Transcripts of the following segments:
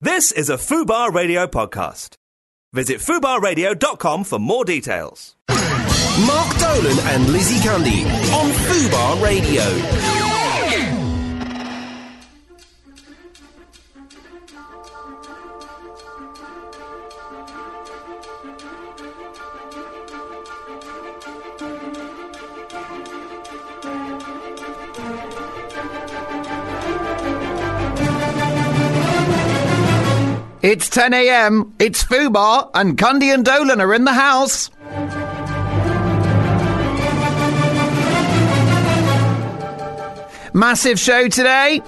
This is a Fubar Radio podcast. Visit fubarradio.com for more details. Mark Dolan and Lizzie Candy on Fubar Radio. It's 10 a.m. It's Fubar, and Cundy and Dolan are in the house. Massive show today.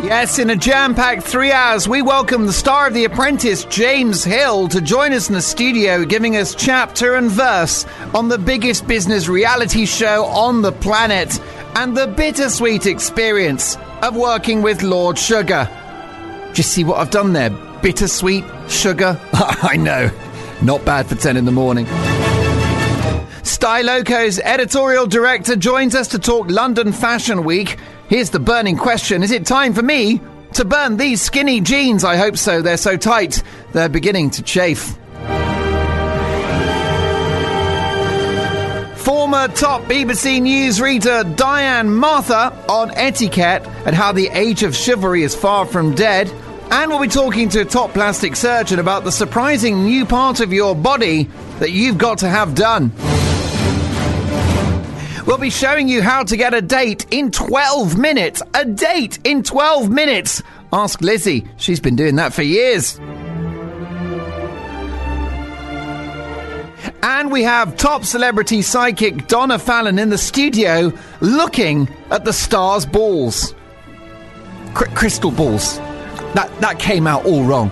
Yes, in a jam packed three hours, we welcome the star of The Apprentice, James Hill, to join us in the studio, giving us chapter and verse on the biggest business reality show on the planet and the bittersweet experience of working with Lord Sugar. Do you see what I've done there? Bittersweet sugar? I know. Not bad for 10 in the morning. Styloco's editorial director joins us to talk London Fashion Week. Here's the burning question Is it time for me to burn these skinny jeans? I hope so. They're so tight, they're beginning to chafe. Former top BBC newsreader Diane Martha on etiquette and how the age of chivalry is far from dead. And we'll be talking to a top plastic surgeon about the surprising new part of your body that you've got to have done. We'll be showing you how to get a date in 12 minutes. A date in 12 minutes! Ask Lizzie. She's been doing that for years. And we have top celebrity psychic Donna Fallon in the studio looking at the stars' balls. Cry- crystal balls. That, that came out all wrong.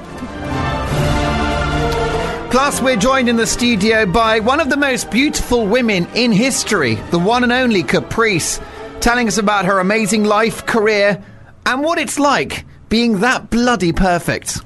Plus, we're joined in the studio by one of the most beautiful women in history, the one and only Caprice, telling us about her amazing life, career, and what it's like being that bloody perfect.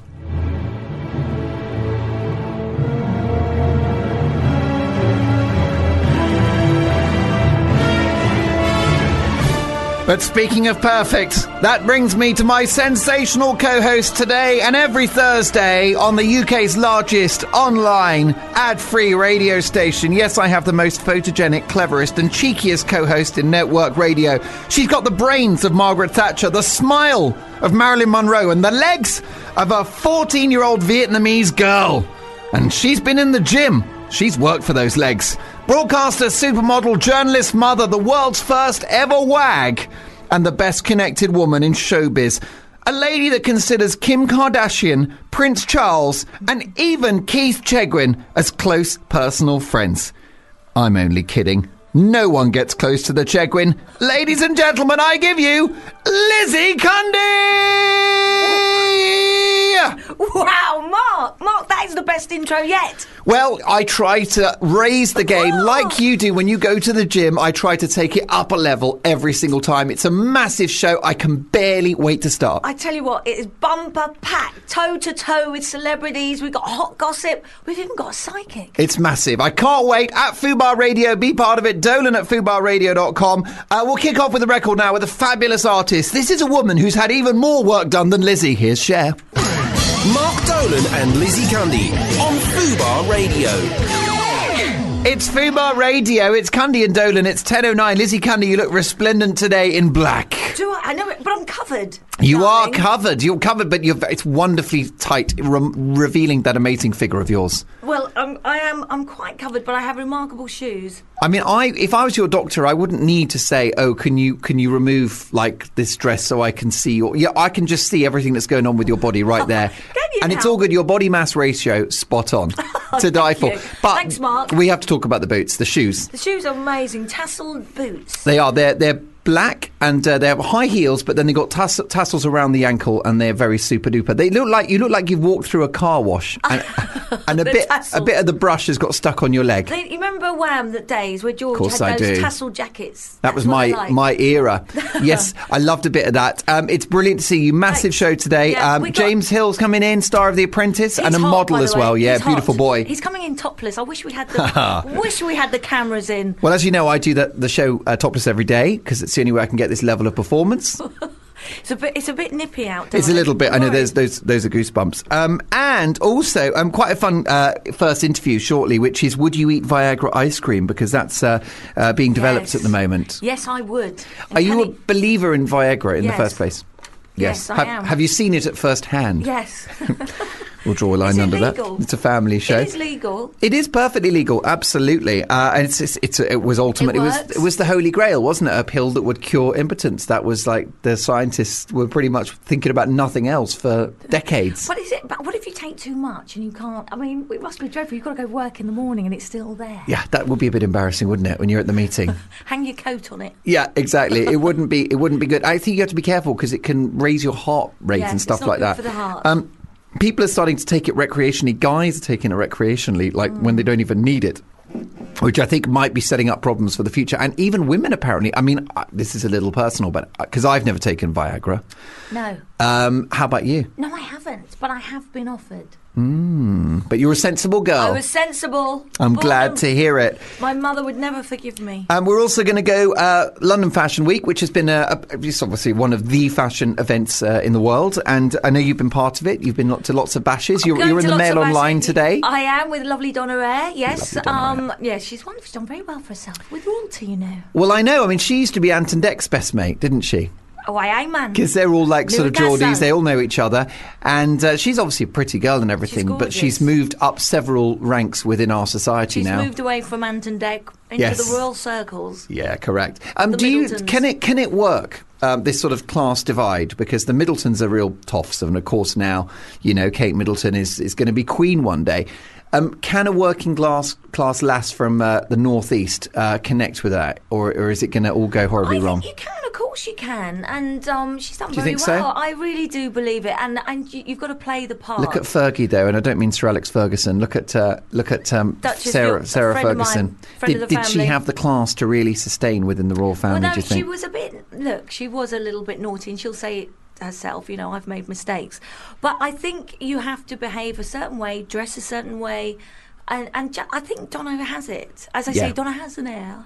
But speaking of perfect, that brings me to my sensational co host today and every Thursday on the UK's largest online ad free radio station. Yes, I have the most photogenic, cleverest, and cheekiest co host in network radio. She's got the brains of Margaret Thatcher, the smile of Marilyn Monroe, and the legs of a 14 year old Vietnamese girl. And she's been in the gym. She's worked for those legs. Broadcaster, supermodel, journalist, mother, the world's first ever wag, and the best connected woman in showbiz. A lady that considers Kim Kardashian, Prince Charles, and even Keith Chegwin as close personal friends. I'm only kidding. No one gets close to the Chegwin. Ladies and gentlemen, I give you Lizzie Cundy! Wow, Mark! Mark, that is the best intro yet. Well, I try to raise the game like you do when you go to the gym. I try to take it up a level every single time. It's a massive show. I can barely wait to start. I tell you what, it is bumper packed, toe to toe with celebrities. We've got hot gossip. We've even got a psychic. It's massive. I can't wait. At Fubar Radio, be part of it. Dolan at FubarRadio.com. Uh, we'll kick off with a record now with a fabulous artist. This is a woman who's had even more work done than Lizzie. Here's Cher. Mark Dolan and Lizzie Candy on Fubar Radio. It's Fubar Radio. It's Candy and Dolan. It's 10.09. Lizzie Candy, you look resplendent today in black. Do I? I know it, but I'm covered. You are darling. covered. You're covered, but you're, it's wonderfully tight, re- revealing that amazing figure of yours. Well, um, I am. I'm quite covered, but I have remarkable shoes. I mean, I if I was your doctor, I wouldn't need to say, "Oh, can you can you remove like this dress so I can see your?" Yeah, I can just see everything that's going on with your body right there, Can you and it's now? Oh, all good. Your body mass ratio spot on to die for. you. But Thanks, Mark. we have to talk about the boots, the shoes. The shoes are amazing, tasseled boots. They are. They're they're black and uh, they have high heels, but then they got tass- tassels around the ankle, and they're very super duper. They look like you look like you've walked through a car wash, and, and a The bit tassel. a bit of the brush has got stuck on your leg. They- you remember Wham, the days where George Course I had those do. tassel jackets? That was That's what my I like. my era. Yes, I loved a bit of that. Um, it's brilliant to see you. Massive Thanks. show today. Yeah, um, we got- James Hill's coming in, star of The Apprentice, He's and a hot, model by the as way. well. Yeah, He's hot. beautiful boy. He's coming in topless. I wish we had the wish we had the cameras in. Well, as you know, I do that the show uh, topless every day because it's the only way I can get this level of performance. Oh, It's a bit it's a bit nippy out. It's a darling. little bit. I know Right. those those those are goosebumps. Um, and also, um, quite a fun uh, first interview shortly, which is would you eat Viagra ice cream because that's uh, uh, being developed Yes. at the moment. Yes, I would. And Are you can a it- believer in Viagra in Yes. the first place? Yes, I have, am. have you seen it at first hand? Yes. We'll draw a line Is it under legal? that. It's a family show. It is legal. It is perfectly legal, absolutely, uh, and it's, it's, it's it was ultimately It it, was works. it was the holy grail, wasn't it? A pill that would cure impotence. That was like the scientists were pretty much thinking about nothing else for decades. What is it? But what if you take too much and you can't? I mean, it must be dreadful. You've got to go work in the morning and it's still there. Yeah, that would be a bit embarrassing, wouldn't it, when you're at the meeting? Hang your coat on it. yeah, exactly. It wouldn't be. It wouldn't be good. I think you have to be careful because it can raise your heart rate Yeah, and it's stuff not like good that. for the heart. Um, people are starting to take it recreationally. Guys are taking it recreationally, like when Mm. they don't even need it. Which I think might be setting up problems for the future, and even women apparently. I mean, I- this is a little personal, but because I've never taken Viagra. No, Um, how about you? no, I haven't. But I have been offered. But you're a sensible girl. I was Oh. sensible. I'm Well glad done. to hear it. My mother would never forgive me. And we're also going to go uh, London Fashion Week, which has been a, a, it's obviously one of the fashion events uh, in the world. And I know you've been part of it. You've been to lots of bashes. You're, Going you're in to the lots Mail of our Online city. today. I am with lovely Donna Eyre. Yes, Lovely Donna um, yeah, she's wonderful. She's done very well for herself with royalty, you know. well, I know. I mean, she used to be Anton Deck's best mate, didn't she? Oh, I am man. Because they're all like sort of Newcastle. Geordies. They all know each other. And uh, she's obviously a pretty girl and everything, but gorgeous. she's moved up several ranks within our society She's now. moved away from Anton Deck into Yes. the royal circles. Yeah, correct. Um, The do you Middletons. can it can it work um, this sort of class divide because the Middletons are real toffs, and of course now you know Kate Middleton is is going to be queen one day. Um, can a working class class lass from uh, the northeast uh, connect with that, or, or is it going to all go horribly I wrong? think you can, of course you can, and um, she's done you very think so? well. I really do believe it, and and you, you've got to play the part. Look at Fergie though, and I don't mean Sir Alex Ferguson. Look at uh, look at um, Duchess, Sarah your- Sarah friend of mine, Ferguson. friend Did, of the did she family. have the class to really sustain within the royal family? well, no, do you she think? was a bit. Look, she was a little bit naughty, and she'll say it herself. You know, I've made mistakes, but I think you have to behave a certain way, dress a certain way, and and ju- I think Donna has it. As I Yeah. say, Donna has an air,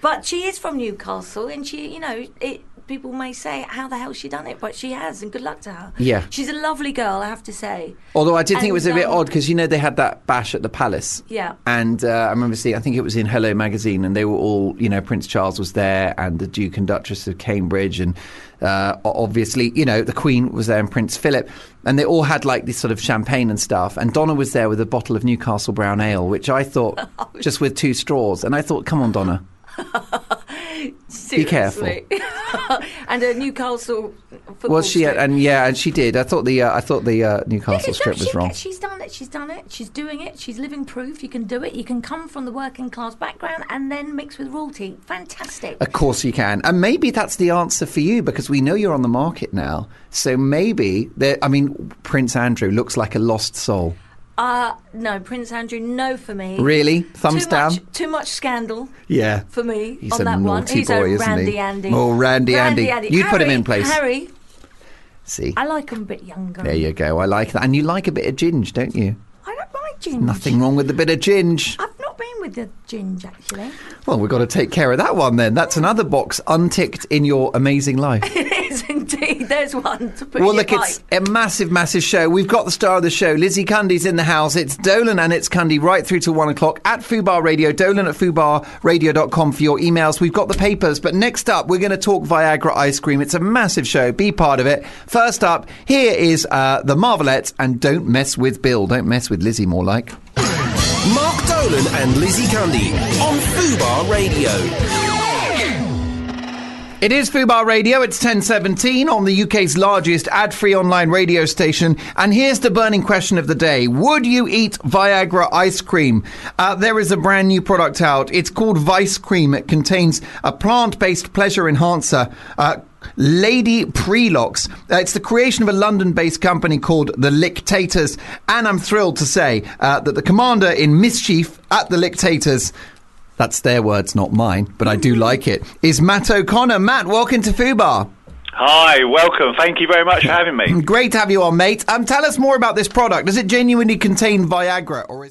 but she is from Newcastle, and she, you know, it. People may say, "How the hell she done it?" But she has, and good luck to her. Yeah. she's a lovely girl, I have to say. Although I did think it was a And, bit um, odd because you know they had that bash at the palace. Yeah. And uh, I remember seeing, I think it was in Hello magazine, and they were all, you know, Prince Charles was there, and the Duke and Duchess of Cambridge, and uh, o- obviously, you know, the Queen was there, and Prince Philip, and they all had like this sort of champagne and stuff. And Donna was there with a bottle of Newcastle Brown Ale, which I thought Oh, just with two straws, and I thought, come on, Donna. careful. Seriously. and a Newcastle football Was she? strip. And yeah, and she did. I thought the uh, I thought the uh, Newcastle Because script she was can- wrong. She's done it. She's done it. She's doing it. She's living proof. You can do it. You can come from the working class background and then mix with royalty. Fantastic. Of course you can. And maybe that's the answer for you because we know you're on the market now. So maybe, there- I mean, Prince Andrew looks like a lost soul. Uh, no, Prince Andrew, no for me. Really? Thumbs too down? Much, too much scandal. Yeah. For me, He's on a that one, naughty he's boy, a isn't he? Randy Andy. Oh, Randy Andy. You'd put him Harry- in place. Harry, See? I like him a bit younger. There you go. I like that. And you like a bit of ginge, don't you? I don't like ginger. Nothing wrong with a bit of ginge. I've not been with the ginger actually. Well, we've got to take care of that one then. That's another box unticked in your amazing life. It is indeed. There's one to put Well, in your look, it's a massive, massive show. We've got the star of the show, Lizzie Cundy's in the house. It's Dolan and it's Cundy right through to one o'clock at Fubar Radio. Dolan at FubarRadio.com for your emails. We've got the papers, but next up, we're going to talk Viagra ice cream. It's a massive show. Be part of it. First up, here is uh, The Marvelettes and Don't Mess with Bill. Don't mess with Lizzie, more like. Mark Dolan and Lizzie Cundy on Fubar Radio. It is Fubar Radio. It's 1017 on the UK's largest ad-free online radio station. And here's the burning question of the day. Would you eat Viagra ice cream? Uh, there is a brand new product out. It's called Vice Cream. It contains a plant-based pleasure enhancer. Uh, Lady Prelocks. Uh, it's the creation of a London based company called The Lictators. And I'm thrilled to say uh, that the commander in mischief at The Lictators, that's their words, not mine, but I do like it, is Matt O'Connor. Matt, welcome to Fubar. Hi, welcome. Thank you very much for having me. Great to have you on, mate. Um, tell us more about this product. Does it genuinely contain Viagra or is